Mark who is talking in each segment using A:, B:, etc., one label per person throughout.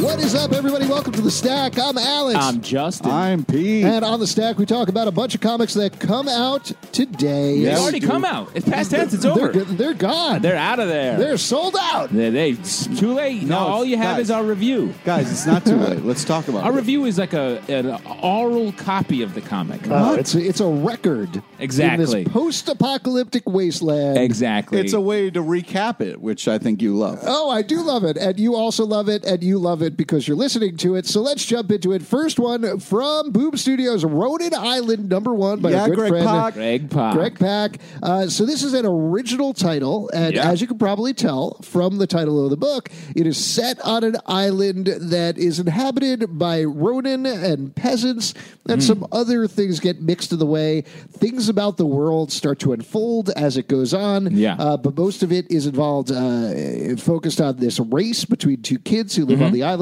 A: What is up, everybody? Welcome to The Stack. I'm Alex.
B: I'm Justin.
C: I'm Pete.
A: and on The Stack, we talk about a bunch of comics that come out today.
B: They
C: Yes,
B: already
C: dude.
B: come out. It's past tense. It's
A: They're,
B: over.
A: they're gone.
B: They're out of there.
A: They're sold out.
B: They, they- it's too late.
C: No,
B: No, all you have
C: guys.
B: is our review.
C: Guys, it's not too late. Let's talk about
B: Our
C: it.
B: review is like a an oral copy of the comic.
A: Uh, it's a, it's a record in
B: Exactly.
A: this post-apocalyptic wasteland.
B: exactly.
C: It's a way to recap it, which I think you love.
A: Oh, I do love it, and you also love it, and you love it because you're listening to it. So let's jump into it. First one from Boom Studios, Rhode Island, number one by
C: Yeah,
A: our good
C: Greg
A: friend
C: Pak.
B: Greg Pak.
A: Greg Pak. Uh, so this is an original title, and
B: Yeah.
A: as you can probably tell from the title of the book, it is set on an island that is inhabited by Ronin and peasants,
B: Hmm.
A: and some other things get mixed in the way. Things about the world start to unfold as it goes on.
B: Yeah.
A: Uh, but most of it is involved, uh, focused on this race between two kids who live
B: Mm-hmm.
A: on the island.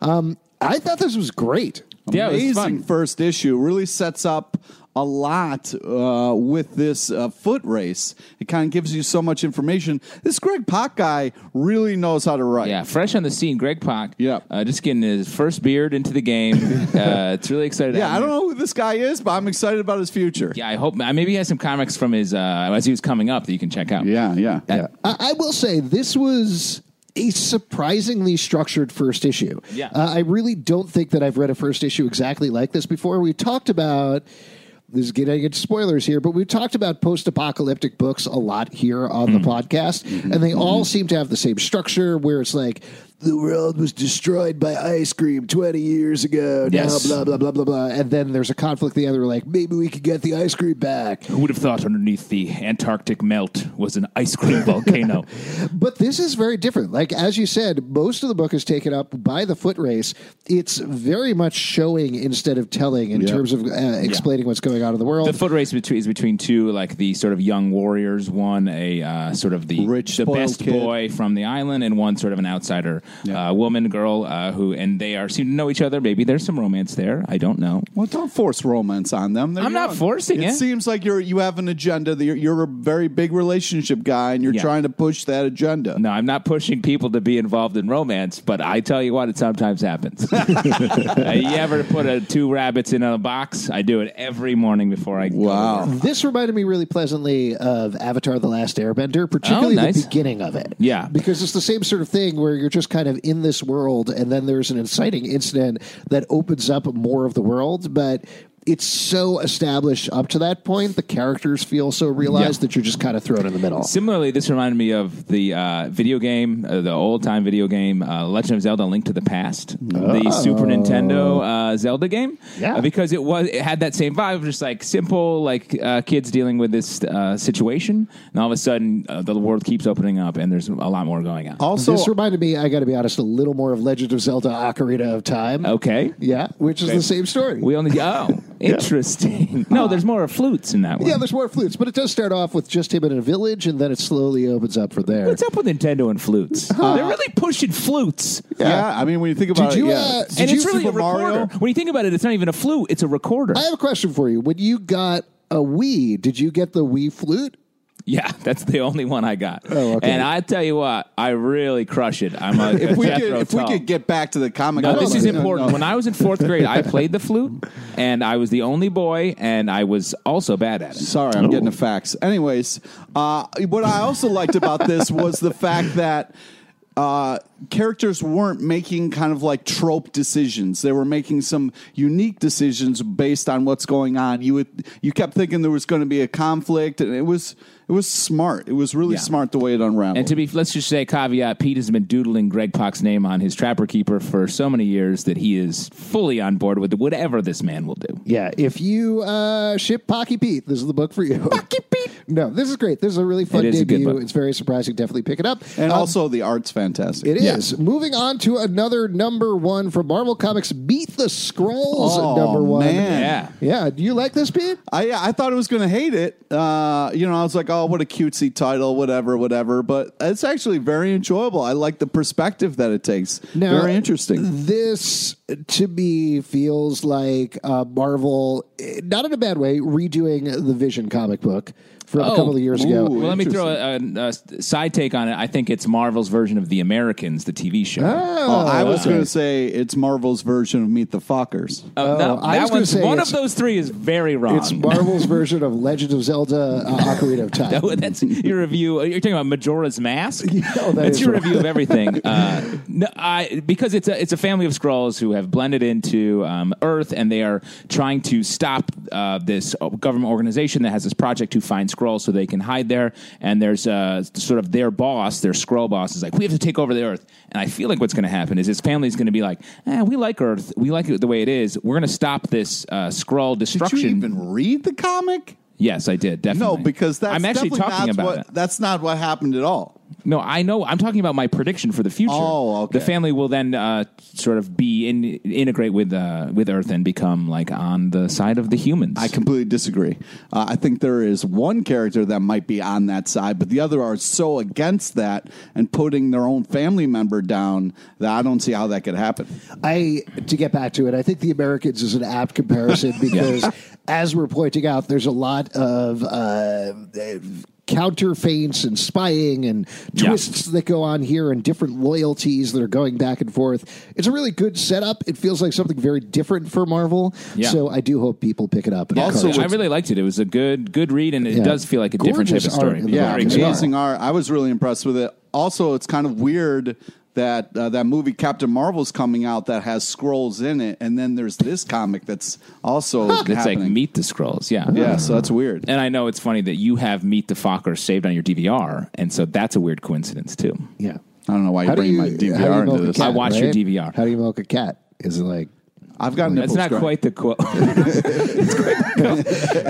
A: Um, I thought this was great.
B: Yeah, it was
C: Amazing
B: fun.
C: first issue. Really sets up a lot uh, with this uh, foot race. It kind of gives you so much information. This Greg Pak guy really knows how to write.
B: yeah, fresh on the scene, Greg Pak.
C: Yeah.
B: Uh, just getting his first beard into the game. uh, it's really exciting. to
C: Yeah,
B: have
C: I
B: him
C: don't
B: here.
C: know who this guy is, but I'm excited about his future.
B: Yeah, I hope. uh, Maybe he has some comics from his uh, as he was coming up that you can check out. Uh,
C: yeah, yeah. yeah.
A: I, I will say this was a surprisingly structured first issue.
B: Yeah.
A: Uh, I really don't think that I've read a first issue exactly like this before. We talked about. This is getting into spoilers here, but we've talked about post apocalyptic books a lot here on
B: Mm-hmm.
A: the podcast, and they all seem to have the same structure where it's like, the world was destroyed by ice cream 20 years ago, now
B: Yes.
A: blah, blah, blah, blah, blah. And then there's a conflict the other, like, maybe we could get the ice cream back.
B: Who would have thought underneath the Antarctic melt was an ice cream volcano?
A: But this is very different. Like as you said, most of the book is taken up by the foot race. It's very much showing instead of telling in
C: Yeah.
A: terms of uh, explaining what's going on in the world.
B: The foot race between, is between two, like the sort of young warriors, one a uh, sort of the
C: Rich,
B: the
C: spoiled
B: best
C: kid.
B: boy from the island, and one sort of an outsider
C: Yeah.
B: uh, woman, girl, uh, who and they are seem to know each other. Maybe there's some romance there. I don't know.
C: Well, don't force romance on them. They're
B: I'm not
C: young.
B: forcing
C: it.
B: it.
C: seems like you're you have an agenda. That you're, you're a very big relationship guy, and you're
B: Yeah.
C: trying to push that agenda.
B: No, I'm not pushing people to be involved in romance, but I tell you what, it sometimes happens. Uh, you ever put a, two rabbits in a box? I do it every morning before I. go to work.
C: Wow.
A: this reminded me really pleasantly of Avatar: The Last Airbender, particularly
B: Oh, nice.
A: the beginning of it.
B: Yeah.
A: because it's the same sort of thing where you're just kind of in this world, and then there's an inciting incident that opens up more of the world, but. It's so established up to that point. The characters feel so realized that you're just kind of thrown in the middle.
B: Similarly, this reminded me of the uh, video game, uh, the old time video game, uh, Legend of Zelda: Link to the Past, the
C: Oh.
B: Super Nintendo uh, Zelda game.
A: Yeah.
B: Uh, because it was it had that same vibe, of just like simple, like uh, kids dealing with this uh, situation, and all of a sudden uh, the world keeps opening up, and there's a lot more going on.
C: Also,
A: this reminded me, I got to be honest, a little more of Legend of Zelda: Ocarina of Time.
B: Okay.
A: Yeah, which is the same story.
B: We only oh Interesting. No, there's more flutes in that one.
A: Yeah, there's more flutes, but it does start off with just him in a village, and then it slowly opens up from there.
B: What's up with Nintendo and flutes? They're really pushing flutes.
C: Uh-huh. Yeah. I mean, when you think about
A: Did
C: it,
A: you,
C: yeah.
A: uh,
C: Did
A: did
B: and
C: you
B: it's really a
C: Super
B: recorder.
C: Mario?
B: When you think about it, it's not even a flute, it's a recorder.
A: I have a question for you. When you got a Wii, did you get the Wii flute?
B: yeah, that's the only one I got.
A: Oh, okay.
B: And I tell you what, I really crush it. I'm a
C: If we
B: Jethro
C: could, if we
B: Tull.
C: could get back to the comic,
B: No,
C: book
B: this is
C: movie.
B: important.
C: No,
B: When I was in fourth grade, I played the flute, and I was the only boy, and I was also bad at it.
C: Sorry, I'm getting the facts. Anyways, uh, what I also liked about this was the fact that uh, characters weren't making kind of like trope decisions. They were making some unique decisions based on what's going on. You would you kept thinking there was going to be a conflict, and it was it was smart. It was really
B: Yeah.
C: smart the way it unraveled.
B: And to be, let's just say, caveat: Pete has been doodling Greg Pak's name on his Trapper Keeper for so many years that he is fully on board with whatever this man will do.
A: Yeah, if you uh, ship Pocky Pete, this is the book for you. Pocky Pete. No, this is great. This is a really fun
B: It is a good
A: debut.
B: book.
A: It's very surprising. Definitely pick it up.
C: and
A: Um,
C: also the art's fantastic.
A: It is. Moving on to another number one from Marvel Comics Beat the Scrolls
C: Oh,
A: at number one.
C: man.
B: Yeah.
A: Yeah. Do you like this, Pete?
C: I I thought I was going to hate it. Uh, you know, I was like, oh, what a cutesy title, whatever, whatever. But it's actually very enjoyable. I like the perspective that it takes.
A: Now,
C: very
B: oh,
C: interesting.
A: This to me feels like uh, Marvel, eh, not in a bad way, redoing the Vision comic book from
C: Oh.
A: a couple of years ago.
B: Well, let me throw a, a, a side take on it. I think it's Marvel's version of The Americans, the TV show.
C: Oh, I was
A: okay.
C: going to say it's Marvel's version of Meet the Fockers.
B: Uh, that-
A: Oh, I was
B: that
A: gonna
B: one's,
A: say
B: one of
A: it's-
B: those three is very wrong.
A: It's
C: um,
A: Marvel's version of Legend of Zelda: uh, Ocarina of Time.
B: That would- that's your review. You're talking about Majora's Mask.
A: that
B: that's
A: is
B: your
A: right.
B: review of everything. Uh, no, I, because it's a it's a family of scrolls who have blended into um, Earth, and they are trying to stop uh, this government organization that has this project to find scrolls so they can hide there. And there's uh, sort of their boss, their scroll boss, is like, we have to take over the Earth. And I feel like what's going to happen is his family's going to be like, eh, we like Earth, we like it the way it is. We're going to stop this uh, scroll
C: Did
B: destruction.
C: you even read the comic?
B: Yes, I did definitely.
C: No, because that's
B: I'm actually
C: definitely
B: talking
C: not
B: about
C: what,
B: it.
C: That's not what happened at all.
B: No, I know. I'm talking about my prediction for the future.
C: Oh, okay.
B: The family will then uh, sort of be in, integrate with uh, with Earth and become like on the side of the humans.
C: I completely disagree. Uh, I think there is one character that might be on that side, but the other are so against that and putting their own family member down that I don't see how that could happen.
A: I to get back to it, I think the Americans is an apt comparison because, as we're pointing out, there's a lot of. Uh, counterfeints and spying and
B: Yeah.
A: twists that go on here and different loyalties that are going back and forth it's a really good setup it feels like something very different for marvel
B: Yeah.
A: so i do hope people pick it up and
C: Also,
A: encourage
B: I
A: it.
B: really liked it. It was a good good read, and it
A: Yeah.
B: does feel like a different type
A: Gorgeous
B: of story.
A: art in the
C: Yeah,
A: Very good.
C: amazing art. I was really impressed with it. Also, it's kind of weird that uh, that movie Captain Marvel's coming out that has scrolls in it, and then there's this comic that's also
B: It's like
C: happening.
B: meet the scrolls. Yeah.
C: Yeah, so that's weird.
B: And I know it's funny that you have Meet the Fockers saved on your DVR, and so that's a weird coincidence too.
A: yeah
C: I don't know why
A: how
C: you're
A: do
C: bringing
A: you,
C: my
A: how do you
C: DVR
A: milk
C: into
A: a
C: this.
A: cat,
B: I watched your
A: right?
B: DVR.
A: how do you milk a cat is it like
C: I've got nipples.
B: That's not
C: Greg.
B: quite the quote. How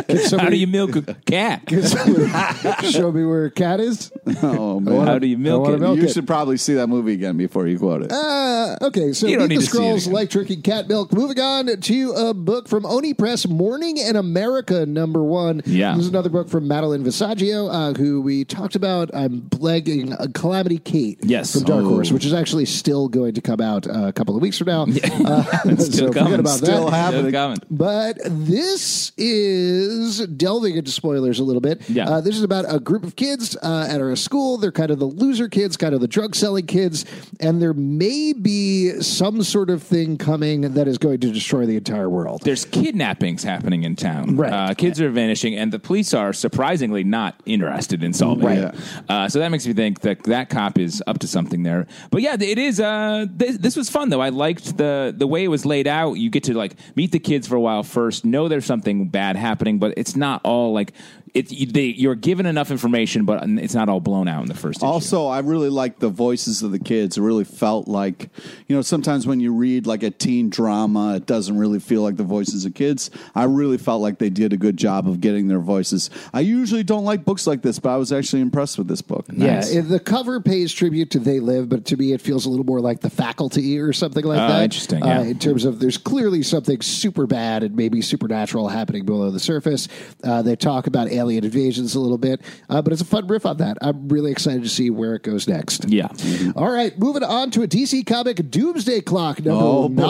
B: do
A: somebody-
B: you milk a cat?
A: show me where a cat is
C: Oh man.
B: How do you milk
A: wanna
B: it?
A: milk
C: you
A: it.
C: should probably see that movie again before you quote it.
A: Uh, okay, so
B: You don't
A: Beat
B: need
A: the
B: to see it
A: Scrolls
B: again.
A: like drinking cat milk. Moving on to a book from Oni Press, Morning in America, number one.
B: Yeah.
A: This is another book from Madeline Visaggio, uh, who we talked about. I'm blagging uh, Calamity Kate
B: Yes.
A: from Dark
B: Oh.
A: Horse, which is actually still going to come out uh, a couple of weeks from now. Uh, so
B: Still
A: forget
B: coming.
A: about
C: Still
A: that.
C: happening.
B: Still coming.
A: But this is delving into spoilers a little bit.
B: Yeah.
A: Uh, this is about a group of kids uh, at our school. They're kind of the loser kids, kind of the drug selling kids, and there may be some sort of thing coming that is going to destroy the entire world.
B: there's kidnappings happening in town.
A: Right.
B: Uh, kids are vanishing, and the police are surprisingly not interested in solving
A: Right.
B: it. Uh, so that makes me think that that cop is up to something there. But yeah, it is. Uh, th- this was fun though. I liked the the way it was laid out. You get to like meet the kids for a while first, know there's something bad happening, but it's not all like it, you- they, you're given enough information, but it's not all blown out in the first. issue.
C: Also, I really liked the voices of the kids. It really felt like, you know, sometimes when you read like a teen drama, it doesn't really feel like the voices of kids. I really felt like they did a good job of getting their voices. I usually don't like books like this, but I was actually impressed with this book.
B: Nice.
A: Yeah, it- the cover pays tribute to They Live, but to me, it feels a little more like the faculty or something like
B: Oh,
A: that.
B: interesting,
A: Uh,
B: yeah.
A: in terms of there's clearly something super bad and maybe supernatural happening below the surface. Uh, they talk about alien invasions a little bit, uh, but it's a fun riff on that. I'm really excited to see where it goes next. Mm-hmm.
B: Yeah.
A: All right, moving on to a DC comic, Doomsday Clock number
C: Oh, boy.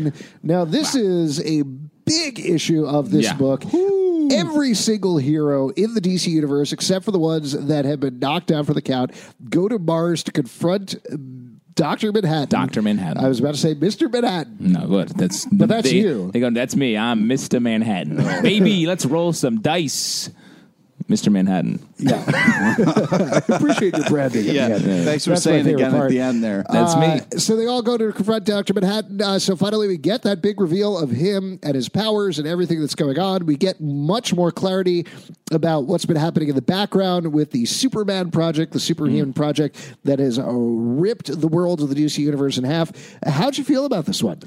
A: nine. Now, this is a big issue of this
B: Yeah.
A: book. Every single hero in the DC universe, except for the ones that have been knocked down for the count, go to Mars to confront uh, Doctor Manhattan.
B: Dr. Manhattan.
A: I was about to say Mister Manhattan.
B: No, good. That's but
A: that's
B: they,
A: you.
B: They go. That's me. I'm Mr. Manhattan. Baby, let's roll some dice, Mr. Manhattan.
A: Yeah, I appreciate your branding. at the
C: Yeah.
A: end.
C: Thanks for
A: That's my
C: saying it
A: favorite
C: again at
A: part.
C: the end there.
B: That's me.
A: Uh, so they all go to confront Dr. Manhattan. Uh, so finally, we get that big reveal of him and his powers and everything that's going on. We get much more clarity about what's been happening in the background with the Superman project, the
C: Mm-hmm.
A: superhuman project that has uh, ripped the world of the DC universe in half. How'd you feel about this one?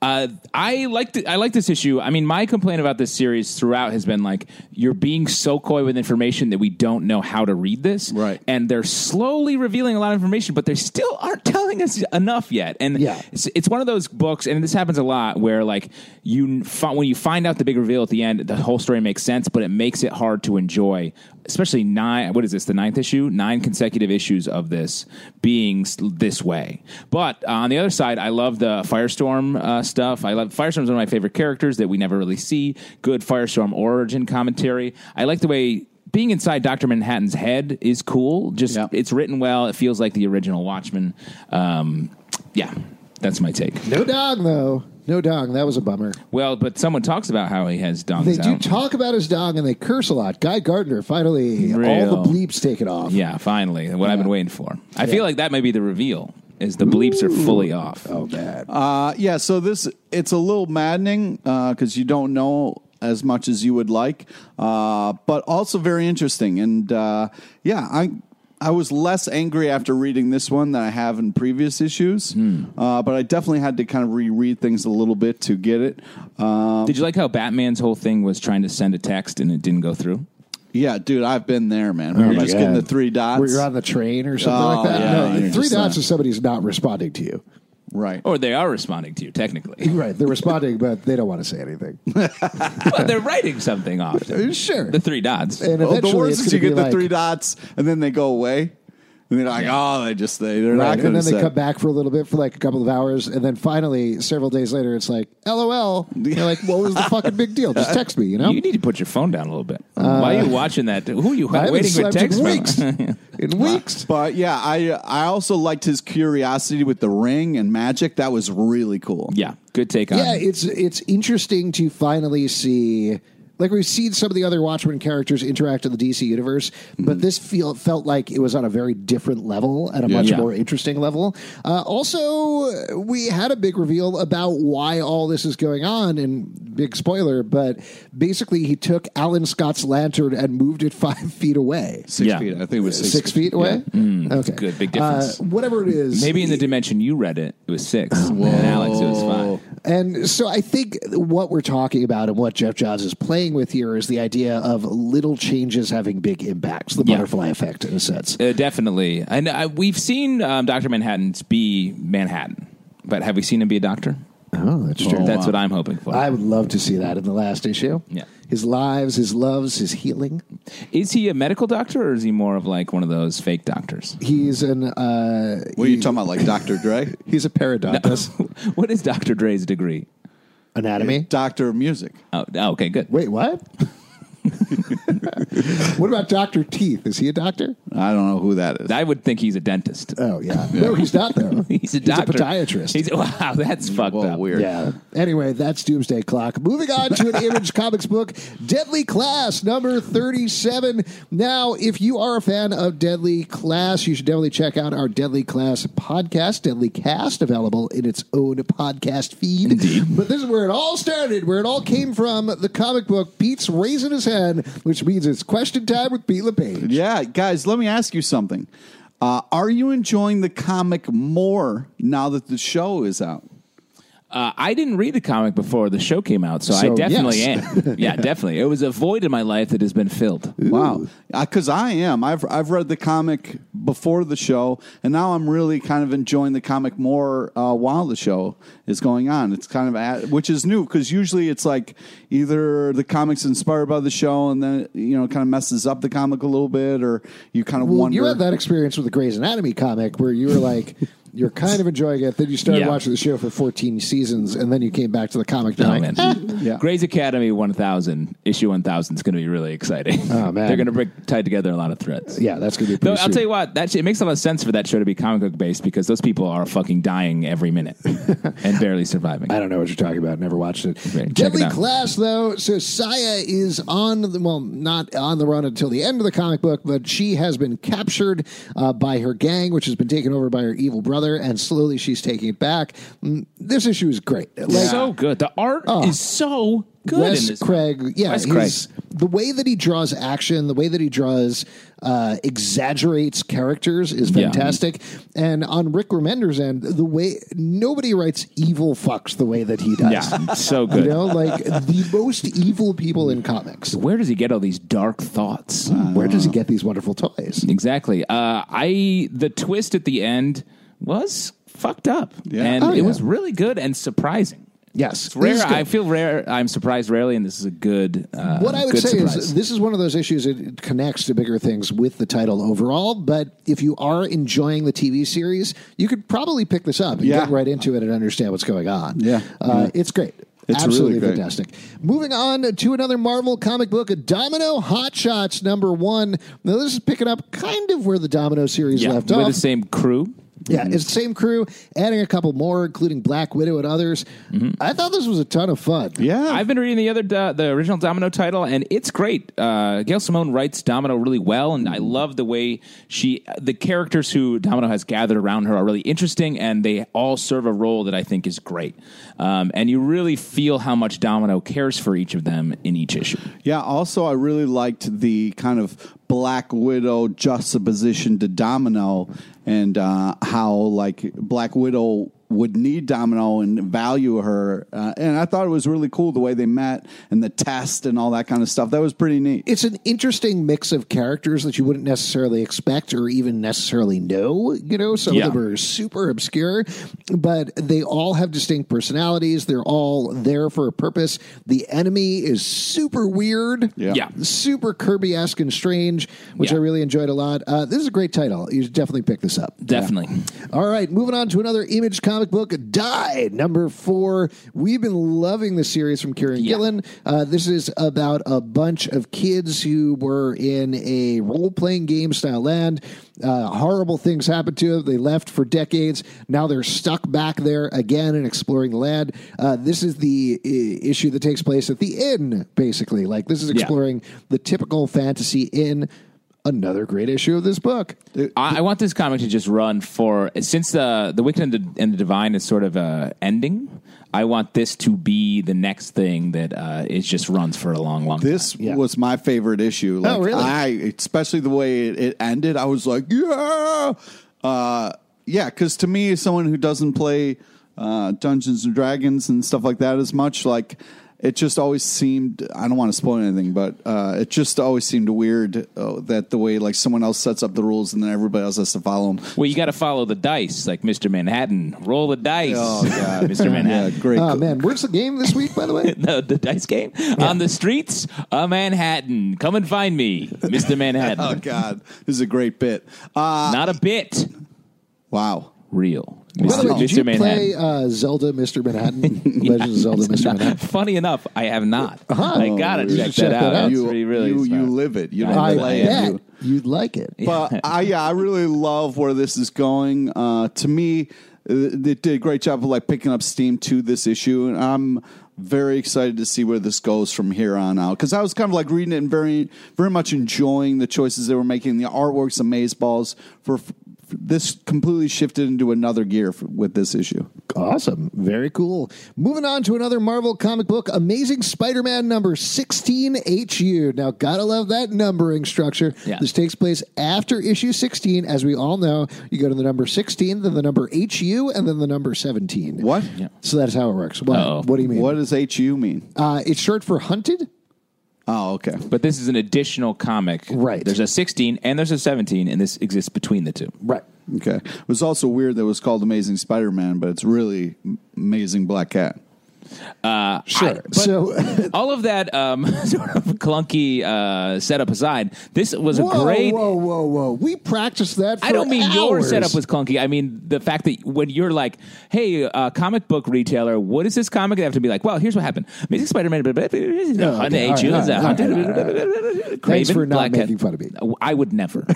B: Uh, I like th- I like this issue. I mean, my complaint about this series throughout has been like you're being so coy with information that we don't know how to read this.
C: Right.
B: and they're slowly revealing a lot of information, but they still aren't telling us enough yet. And
A: Yeah.
B: it's, it's one of those books, and this happens a lot where like you fi- when you find out the big reveal at the end, the whole story makes sense, but it makes it hard to enjoy. Especially nine. What is this? The ninth issue. Nine consecutive issues of this being s- this way. But uh, on the other side, I love the Firestorm uh, stuff. I love Firestorm's one of my favorite characters that we never really see. Good Firestorm origin commentary. I like the way. Being inside Doctor Manhattan's head is cool. Just
C: Yeah.
B: it's written well. It feels like the original Watchmen. Um, yeah, that's my take.
A: No dong, though. No dong. That was a bummer.
B: Well, but someone talks about how he has dongs
A: They do
B: out.
A: talk about his dong and they curse a lot. Guy Gardner, finally, all
B: Real.
A: the bleeps taken off.
B: yeah, finally, what I've been waiting for. I feel like that may be the reveal. Is the bleeps are fully off?
A: Oh, man.
C: Uh, yeah, so this it's a little maddening because you don't know as much as you would like, uh, but also very interesting. And uh, yeah, I I was less angry after reading this one than I have in previous issues,
A: Hmm.
C: uh, but I definitely had to kind of reread things a little bit to get it. Uh,
B: Did you like how Batman's whole thing was trying to send a text and it didn't go through?
C: yeah, dude, I've been there, man. We were
A: Oh my
C: just
A: God.
C: getting the three dots,
A: Where you're on the train or something
C: Oh,
A: like that.
C: yeah,
A: no,
C: you're
A: three
C: just,
A: dots
C: uh,
A: is somebody's not responding to you.
C: right?
A: Oh,
B: Or they are responding to you technically,
A: Right, they're responding, but they don't want to say anything.
B: but they're writing something often.
A: sure.
B: The three dots.
A: And
C: Well,
A: eventually,
C: the worst
A: it's
C: is you
A: gonna be
C: get the
A: like-
C: three dots and then they go away, and they're like, oh, they just they they're
A: Right,
C: not going
A: and
C: to
A: then they
C: say.
A: come back for a little bit for like a couple of hours, and then finally, several days later, it's like, "LOL." They're like, "What was the fucking big deal? Just text me," you know.
B: You need to put your phone down a little bit. Why are you watching that? Who are you
A: Uh, I haven't
B: waiting for
A: slept
B: text
A: in
B: from?
A: weeks. in weeks.
C: But yeah, I I also liked his curiosity with the ring and magic. That was really cool.
B: yeah, good take on.
A: Yeah,
B: it.
A: it's it's interesting to finally see. Like we've seen some of the other Watchmen characters interact in the DC universe,
B: Mm-hmm.
A: but this feel felt like it was on a very different level at a much
B: Yeah.
A: more interesting level. Uh, also, we had a big reveal about why all this is going on, and big spoiler, but basically he took Alan Scott's lantern and moved it five feet away,
C: Six
B: Yeah.
C: feet. I think it was six,
A: six, feet away. okay,
B: good, big difference.
A: Uh, whatever it is, Oh,
B: Maybe in the dimension you read it, it was six. And Alex, it was five.
A: And so I think what we're talking about and what Jeff Johns is playing with here is the idea of little changes having big impacts, the
B: Yeah.
A: butterfly effect in a sense.
B: Uh, definitely. And uh, we've seen um, Dr. Manhattan's be Manhattan, but have we seen him be a doctor?
A: Oh, that's true.
B: That's what I'm hoping for.
A: I would love to see that in the last issue.
B: Yeah.
A: His lives, his loves, his healing.
B: is he a medical doctor or is he more of like one of those fake doctors?
A: He's an uh
C: What are you talking about, like Dr. Dre?
A: he's a paradontus.
B: what is Dr. Dre's degree?
A: Anatomy.
C: Doctor of Music.
B: Oh, oh, okay, good.
A: Wait, what? what about Dr. Teeth? Is he a doctor?
C: I don't know who that is.
B: I would think he's a dentist.
A: Oh yeah. No, Uh, he's not though.
B: He's a doctor.
A: podiatrist.
B: He's- wow, that's fucked
C: Well,
B: up.
C: weird.
A: Yeah. Anyway, that's Doomsday Clock. Moving on to an Image Comics book, Deadly Class, number 37. Now, if you are a fan of Deadly Class, you should definitely check out our Deadly Class podcast, Deadly Cast, available in its own podcast feed. But this is where it all started, where it all came from. The comic book, Pete's raising his hand, which means it's question time with Pete LePage.
C: Yeah, guys, let me ask you something. Uh, are you enjoying the comic more now that the show is out?
B: Uh, I didn't read the comic before the show came out, so, I
A: So,
B: definitely
A: yes.
B: am. Yeah, definitely. It was a void in my life that has been filled.
C: Wow, because I am. I've I've read the comic before the show, and now I'm really kind of enjoying the comic more uh, while the show is going on. It's kind of at, which is new because usually it's like either the comic's inspired by the show, and then it, you know kind of messes up the comic a little bit, or you kind of
A: Well,
C: wonder.
A: you had that experience with the Grey's Anatomy comic where you were like, you're kind of enjoying it. Then you started
B: Yeah.
A: watching the show for 14 seasons, and then you came back to the comic. and
B: Oh
A: like, "Hmm."
B: man,
C: Yeah.
B: Grey's Academy 1000 issue 1000 is going to be really exciting.
A: Oh, man.
B: they're going to bring tie together a lot of threads.
A: Yeah, that's gonna be.
B: Though
A: Pretty
B: I'll tell you what, that shit, it makes a lot of sense for that show to be comic book based because those people are fucking dying every minute and barely surviving.
A: I don't know what you're talking about. Never watched it.
B: Right, check
A: Deadly
B: it out.
A: Class, though. So Saya is on the well, not on the run until the end of the comic book, but she has been captured uh, by her gang, which has been taken over by her evil brother, and slowly she's taking it back. Mm, This issue is great. Like,
B: so good. The art is so good in
A: Oh. Wes
B: this.
A: Craig, yeah,
B: Wes
A: his- the way that he draws action, the way that he draws uh, exaggerates characters is
B: Yeah.
A: fantastic. And on Rick Remender's end, the way nobody writes evil fucks the way that he does.
B: yeah, so
A: You
B: good.
A: know, like the most evil people in comics.
B: Where does he get all these dark thoughts?
A: Where does he get these wonderful toys?
B: Exactly. Uh, I the twist at the end was fucked up,
C: Yeah.
B: and
A: Oh,
B: it
A: yeah.
B: was really good and surprising.
A: Yes,
B: It's rare.
A: this is good.
B: I feel rare. I'm surprised rarely, and this is a good. Uh,
A: what I would
B: good
A: say
B: surprise.
A: is this is one of those issues that connects to bigger things with the title overall. But if you are enjoying the TV series, you could probably pick this up and
C: Yeah.
A: get right into it and understand what's going on.
C: Yeah.
B: Mm-hmm.
A: uh, it's great.
C: It's
A: Absolutely
C: really great.
A: fantastic. Moving on to another Marvel comic book, Domino Hot Shots number one. Now this is picking up kind of where the Domino series
B: yeah,
A: left
B: with
A: off.
B: the same crew.
A: Yeah, it's the same crew, adding a couple more, including Black Widow and others.
B: Mm-hmm.
A: I thought this was a ton of fun.
C: yeah,
B: I've been reading the other uh, the original Domino title, and it's great. Uh, Gail Simone writes Domino really well, and I love the way she the characters who Domino has gathered around her are really interesting, and they all serve a role that I think is great. Um, and you really feel how much Domino cares for each of them in each issue.
C: Yeah, also, I really liked the kind of Black Widow juxtaposition to Domino and uh, how, like, Black Widow would need Domino and value her. Uh, and I thought it was really cool the way they met and the test and all that kind of stuff. That was pretty neat.
A: it's an interesting mix of characters that you wouldn't necessarily expect or even necessarily know. You know, some
B: Yeah.
A: of them are super obscure, but they all have distinct personalities. They're all there for a purpose. The enemy is super weird.
C: Yeah.
B: Yeah.
A: Super Kirby esque and strange, which
B: Yeah.
A: I really enjoyed a lot. Uh, this is a great title. You should definitely pick this up.
B: Definitely.
A: All right, moving on to another image comic book, Die, number four. We've been loving the series from Kieran
B: Yeah.
A: Gillen. Uh, this is about a bunch of kids who were in a role playing game style land. Uh, horrible things happened to them. They left for decades. Now they're stuck back there again and exploring the land. Uh, this is the i- issue that takes place at the inn, basically. Like, this is exploring the typical fantasy inn. Another great issue of this book.
B: I, I want this comic to just run for since the the wicked and the, and the divine is sort of a ending. I want this to be the next thing that uh, it just runs for a long, long.
C: This
A: Yeah. Oh,
C: was my favorite issue. Like,
A: really?
C: I, especially the way it, it ended, I was like, yeah. Uh, yeah, because to me, as someone who doesn't play uh, Dungeons and Dragons and stuff like that as much, like, it just always seemed, I don't want to spoil anything, but uh, it just always seemed weird uh, that the way, like, someone else sets up the rules and then everybody else has to follow them.
B: Well, you got to follow the dice, like Mr. Manhattan. Roll the dice,
C: Oh, God.
B: Mr.
C: Yeah,
B: Manhattan.
C: great.
A: Oh, man. Where's the game this week, by the way?
B: The, the dice game on the streets of Manhattan. Come and find me, Mr. Manhattan.
C: oh, God. This is a great bit. Uh,
B: Not a bit
C: wow.
B: real,
A: By
B: Mr.
A: the way, did
B: Mr.
A: you
B: Manhattan.
A: play uh, Zelda Mr. Manhattan? Legend of Zelda Mr. Manhattan. Uh-huh.
B: Funny enough, I have not. I gotta
A: You should
B: check,
A: check
B: that,
A: that
B: out.
A: out.
B: That's
C: you,
B: really, really
C: you, you
B: smart.
C: live it. You
B: I
C: don't
A: I
B: bet
C: play it.
A: bet
C: You-
A: you'd like it.
C: But I, yeah, I really love where this is going. Uh, to me, they did a great job of like picking up steam to this issue, and I'm very excited to see where this goes from here on out. Because I was kind of like reading it and very, very much enjoying the choices they were making. The artwork's amazeballs for. for this completely shifted into another gear for, with this issue.
A: Awesome. Very cool. Moving on to another Marvel comic book, Amazing Spider Man number 16 HU. Now, gotta love that numbering structure.
B: Yeah.
A: This takes place after issue 16. As we all know, you go to the number 16, then the number HU, and then the number 17.
C: What?
A: So that's how it works. What,
B: Uh-oh.
A: what do you mean?
C: What does HU mean?
A: Uh, it's short for hunted.
C: Oh, okay.
B: But this is an additional comic.
A: Right.
B: There's a 16 and there's a 17, and this exists between the two.
A: Right.
C: Okay. It was also weird that it was called Amazing Spider Man, but it's really Amazing Black Cat.
A: Sure. so
B: All of that um, sort of clunky uh, setup aside, this was a
A: whoa,
B: great.
A: whoa, whoa, whoa. We practiced that. For
B: I don't mean your
A: hours.
B: setup was clunky. I mean the fact that when you're like, "Hey, uh, comic book retailer, what is this comic?" They have to be like, "Well, here's what happened: Amazing Spider-Man, blah, blah, blah,
A: No,
B: Hunt
A: okay, all
B: H.
A: right, all
B: Jones,
A: right,
B: uh,
A: all
B: Hunt-
A: right, all Thanks
B: Craven,
A: for not
B: Black Cat."
A: making fun of me.
B: I would never.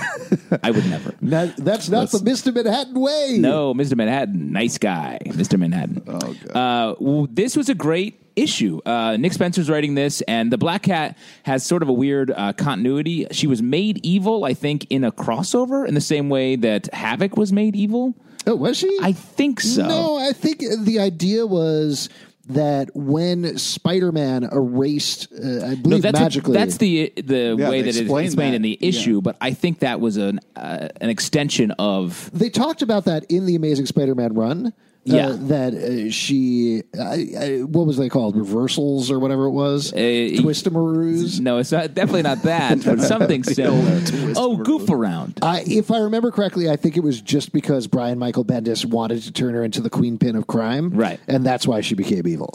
B: I would never.
A: That- that's not the Mr. Manhattan way.
B: No, Mr. Manhattan, nice guy, Mr. Manhattan. oh, God. Uh, w- this was a great issue. Uh, Nick Spencer's writing this, and the Black Cat has sort of a weird uh, continuity. She was made evil, I think, in a crossover, in the same way that Havoc was made evil.
A: Oh, was she?
B: I think so.
A: No, I think the idea was that when Spider-Man erased, uh, I
B: No,
A: believe
B: that's a-
A: magically.
B: that's the the
C: Yeah,
B: way
C: they
B: that it's
C: explain
B: explained
C: that.
B: in the
C: Yeah.
B: issue, but I think that was an uh, an extension of
A: they talked about that in the Amazing Spider-Man run. uh,
B: Yeah.
A: that uh, she, I, I, what was they called? Reversals or whatever it was.
B: Uh,
A: Twist-a-maroos.
B: no, it's not, definitely not that, but something similar. Oh, goof around.
A: Uh, if I remember correctly, I think it was just because Brian Michael Bendis wanted to turn her into the queen pin of crime,
B: Right.
A: And that's why she became evil.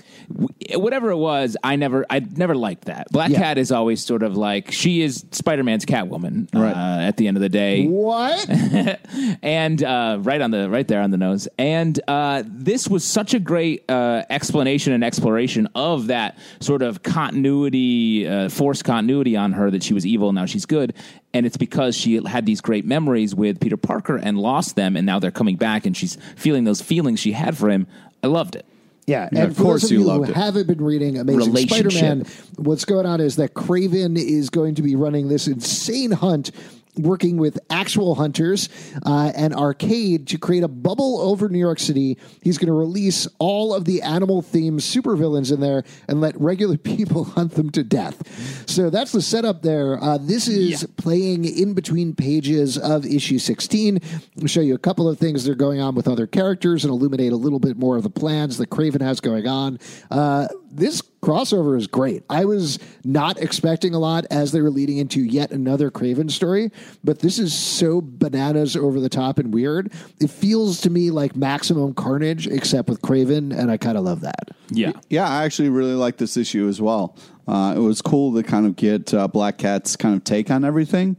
B: whatever it was, I never, I never liked that. Black
A: Yeah.
B: Cat is always sort of like she is Spider Man's Catwoman right. uh, at the end of the day,
A: What?
B: and uh, right on the right there on the nose. And uh, this was such a great uh, explanation and exploration of that sort of continuity, uh, forced continuity on her that she was evil and now she's good. And it's because she had these great memories with Peter Parker and lost them, and now they're coming back, and she's feeling those feelings she had for him. I loved it.
A: Yeah,
C: Yeah,
A: and
C: of
A: for
C: course
A: those of
C: you
A: you who
C: loved it.
A: haven't been reading Amazing
B: Relationship.
A: Spider-Man, what's going on is that Craven is going to be running this insane hunt, working with actual hunters uh, and Arcade to create a bubble over New York City. He's going to release all of the animal-themed supervillains in there and let regular people hunt them to death. So that's the setup there. Uh, this is playing in between pages of issue 16. We'll show you a couple of things that are going on with other characters and illuminate a little bit more of the plans that Craven has going on. Uh, this crossover is great. I was not expecting a lot as they were leading into yet another Craven story, but this is so bananas over the top and weird. It feels to me like maximum carnage, except with Craven, and I kind of love that.
B: Yeah.
C: Yeah, I actually really like this issue as well. Uh, it was cool to kind of get uh, Black Cat's kind of take on everything.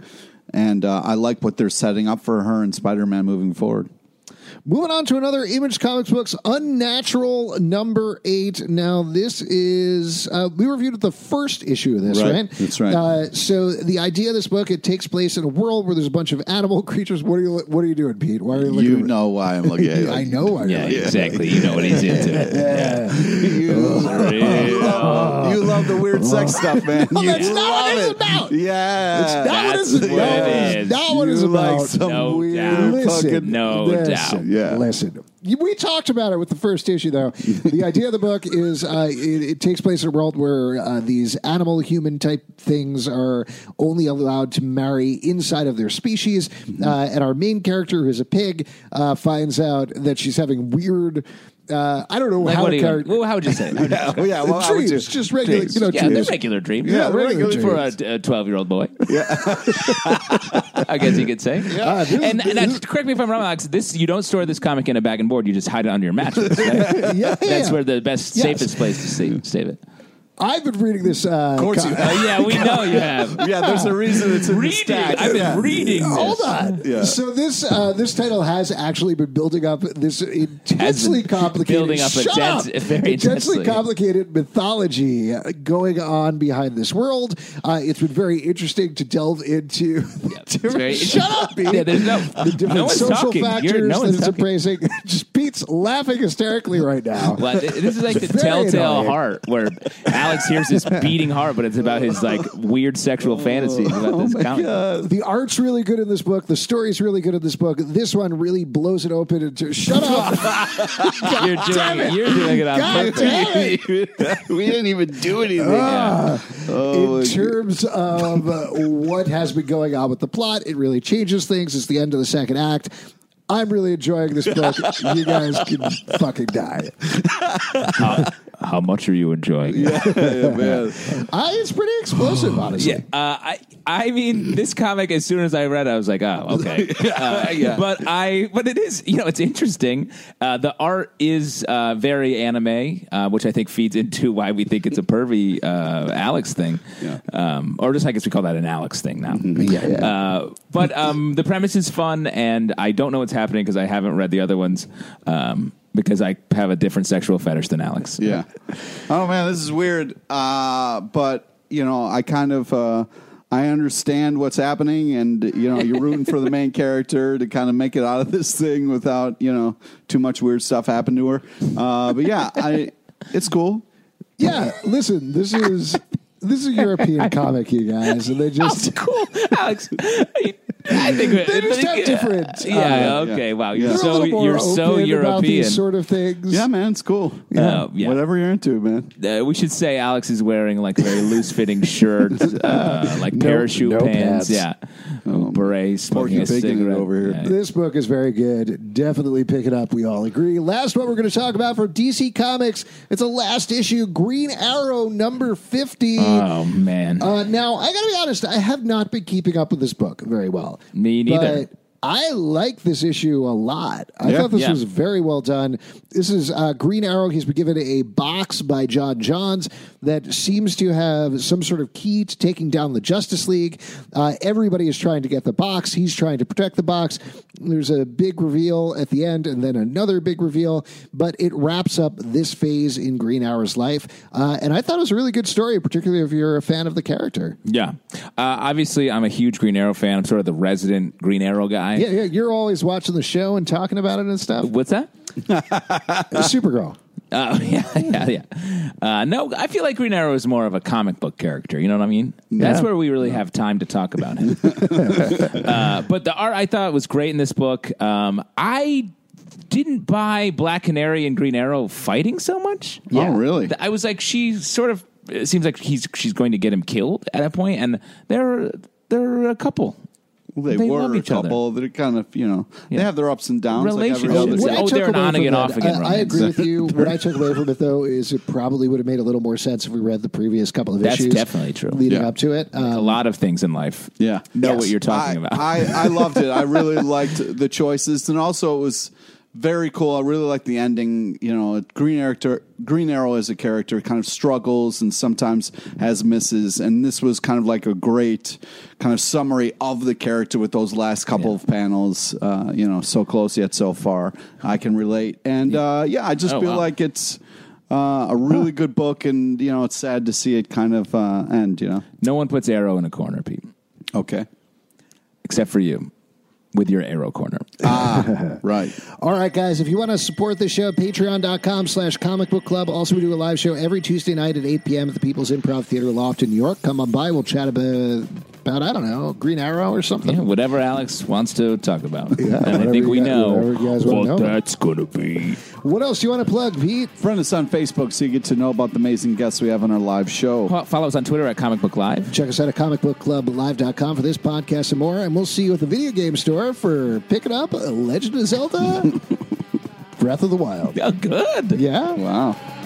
C: And uh, I like what they're setting up for her and Spider Man moving forward.
A: Moving on to another Image Comics Books Unnatural number eight. Now, this is, uh, we reviewed the first issue of this, right?
C: Right, that's right.
A: Uh, so, the idea of this book, it takes place in a world where there's a bunch of animal creatures. What are you, what are you doing, Pete? Why are you looking
C: You know why I'm looking at you.
A: I know. I
B: Yeah,
A: really
B: exactly. You know what he's into.
C: You love, you love the weird sex stuff, man. you
A: that's not what
C: love
A: it's
C: it.
A: about.
C: Yeah.
A: It's not what
B: That's
A: it's about.
B: what it
A: It's
B: is.
A: not what it's
C: You like
A: about.
C: some
B: No
C: weird
B: doubt.
C: fucking-
A: Listen,
B: no
A: listen,
B: doubt.
C: Yeah.
A: Listen, You- we talked about it with the first issue, though. the idea of the book is uh, it, it takes place in a world where uh, these animal human type things are only allowed to marry inside of their species.
C: Mm-hmm.
A: Uh, and our main character, who is a pig, uh, finds out that she's having weird. Uh, I don't know
B: Like,
A: how
B: what do
A: to
B: you,
A: char-
B: well, how would you say? it?
C: Oh, yeah. Well, I would
A: dreams,
C: just-
A: just regular, you know,
B: yeah, they're
A: dreams.
B: regular dreams.
A: Yeah, regular
B: for a- a twelve-year-old boy. Yeah, I guess you could say.
A: Ah, this is-
B: and and that's- correct me if I'm wrong, Alex. This you don't store this comic in a bag and board. You just hide it under your mattress. right?
A: Yeah,
B: That's where the best,
A: Yes.
B: safest place to save, save it.
A: I've been reading this. Uh,
C: Of course
A: co-
C: you have.
B: yeah, we know you have.
C: Yeah, there's a reason it's in the
B: Reading.
C: stack.
B: I've been
C: Yeah.
B: reading. This.
A: Hold on.
C: Yeah.
A: So this uh, this title has actually been building up this intensely
B: been
A: complicated,
B: building up a
A: Shut
B: dense-
A: up! intensely
B: very intensely.
A: complicated mythology uh, going on behind this world. Uh, it's been very interesting to delve into.
B: It's very-
A: Shut up, Pete.
B: Yeah, there's no,
A: the different
B: no one's
A: social
B: talking.
A: factors
B: You're, no
A: that
B: one's
A: it's
B: talking.
A: appraising. Just Pete's laughing hysterically right now.
B: Well, th- this is like the
A: It's very
B: telltale
A: annoying.
B: heart, where Alex hears this beating heart, but it's about his like weird
A: Oh.
B: sexual fantasies about this comic.
A: the art's really good in this book. The story's really good in this book. This one really blows it open. Into, shut up!
B: You're doing it. You're doing it on
A: God
B: purpose.
A: damn it!
C: we didn't even do anything.
B: Oh,
A: in terms of uh, what has been going on with the plot, it really changes things. It's the end of the second act. I'm really enjoying this book. you guys can fucking die.
B: How much are you enjoying? it?
A: I, it's pretty explosive, honestly.
B: Yeah, uh, I I mean, this comic. As soon as I read, it, I was like, oh, okay. Uh, But I, but it is, you know, it's interesting. Uh, the art is uh, very anime, uh, which I think feeds into why we think it's a pervy uh, Alex thing, um, or just I guess we call that an Alex thing now.
A: Mm-hmm. Yeah, yeah.
B: Uh, but um, the premise is fun, and I don't know what's happening because I haven't read the other ones. Um, because I have a different sexual fetish than Alex.
C: Yeah. Oh man, this is weird. Uh, but you know, I kind of uh, I understand what's happening, and you know, you're rooting for the main character to kind of make it out of this thing without you know too much weird stuff happen to her. Uh, but yeah, I it's cool.
A: Yeah, listen, this is this is a European comic, you guys, and they just
B: cool, Alex. I I think they
A: just have different,
B: Yeah.
A: uh,
B: okay. Wow. You're
C: Yeah.
A: they're a
B: so
A: little more
B: you're so
A: open about
B: European.
A: these sort of things.
C: Yeah, man, it's cool.
B: Uh, yeah.
C: Whatever you're into, man.
B: Uh, we should say Alex is wearing like a very loose fitting shirt, uh, like parachute
A: no
B: pants.
A: pads.
B: Yeah. Beret, smoking
C: Porky
B: a
C: Oh. Bacon it
B: cigarette
C: over here.
B: Yeah.
A: This book is very good. Definitely pick it up. We all agree. Last one we're going to talk about from DC Comics. It's a last issue, Green Arrow number 50.
B: Oh man.
C: Um,
A: Uh, now, I got to be honest, I have not been keeping up with this book very well.
B: Me neither.
A: But I like this issue a lot. I
C: Yeah.
A: thought this
B: Yeah.
A: was very well done. This is uh, Green Arrow. He's been given a box by John Johns that seems to have some sort of key to taking down the Justice League. Uh, everybody is trying to get the box. He's trying to protect the box. There's a big reveal at the end, and then another big reveal. But it wraps up this phase in Green Arrow's life. Uh, and I thought it was a really good story, particularly if you're a fan of the character.
B: yeah. Uh, obviously, I'm a huge Green Arrow fan. I'm sort of the resident Green Arrow guy.
A: Yeah, yeah, you're always watching the show and talking about it and stuff.
B: What's that?
A: Supergirl.
B: Oh yeah, yeah, yeah. Uh, no, I feel like Green Arrow is more of a comic book character. You know what I mean? That's where we really have time to talk about him. uh, but the art I thought was great in this book. Um, I didn't buy Black Canary and Green Arrow fighting so much.
C: Yeah. Oh, really?
B: I was like, she sort of it seems like he's she's going to get him killed at a point, and they're they're a couple.
C: They,
B: They
C: were
B: love
C: a
B: each other.
C: couple. They're kind of you know they have their ups and downs. Like every
B: Relationships.
A: What
B: What
C: other
B: Oh,
A: I took
B: they're an
A: away
B: on
A: from
B: again,
A: that-
B: off again
A: I, I
B: romance.
A: agree with you. What I took away from it though is it probably would have made a little more sense if we read the previous couple of
B: That's
A: issues.
B: definitely true.
A: Leading
C: Yeah.
A: up to it,
B: A
A: um,
B: lot of things in life.
C: Yeah.
B: know what
C: Yes.
B: you're talking
C: I,
B: about.
C: I, I loved it. I really liked the choices. And also, it was very cool. I really liked the ending. You know, Green, Arrow, Green Arrow as a character kind of struggles and sometimes has misses. And this was kind of like a great kind of summary of the character with those last couple of panels. Uh, you know, so close yet so far. I can relate. And uh, yeah, I just
B: Oh,
C: feel
B: wow.
C: like it's. Uh, a really good book, and you know it's sad to see it kind of uh, end. You know,
B: No one puts Arrow in a corner, Pete,
C: okay,
B: except for you with your Arrow corner.
C: right?
A: All right, guys, if you want to support the show, patreon.com slash comic book club. Also, we do a live show every Tuesday night at 8 p.m. at the People's Improv Theater Loft in New York. Come on by. We'll chat about, about I don't know, Green Arrow or something.
B: Yeah, whatever Alex wants to talk about. and
A: whatever
B: I think
A: you
B: we
A: guys-
B: know
A: whatever you guys wanna
B: what
A: know.
B: that's going to be.
A: What else do you want to plug, Pete?
C: Friend us on Facebook so you get to know about the amazing guests we have on our live show.
B: Fo- Follow us on Twitter at Comic Book Live.
A: Check us out at comicbookclublive.com for this podcast and more. And we'll see you at the video game store for picking up Legend of Zelda Breath of the Wild.
B: Oh, good.
A: Yeah?
C: Wow.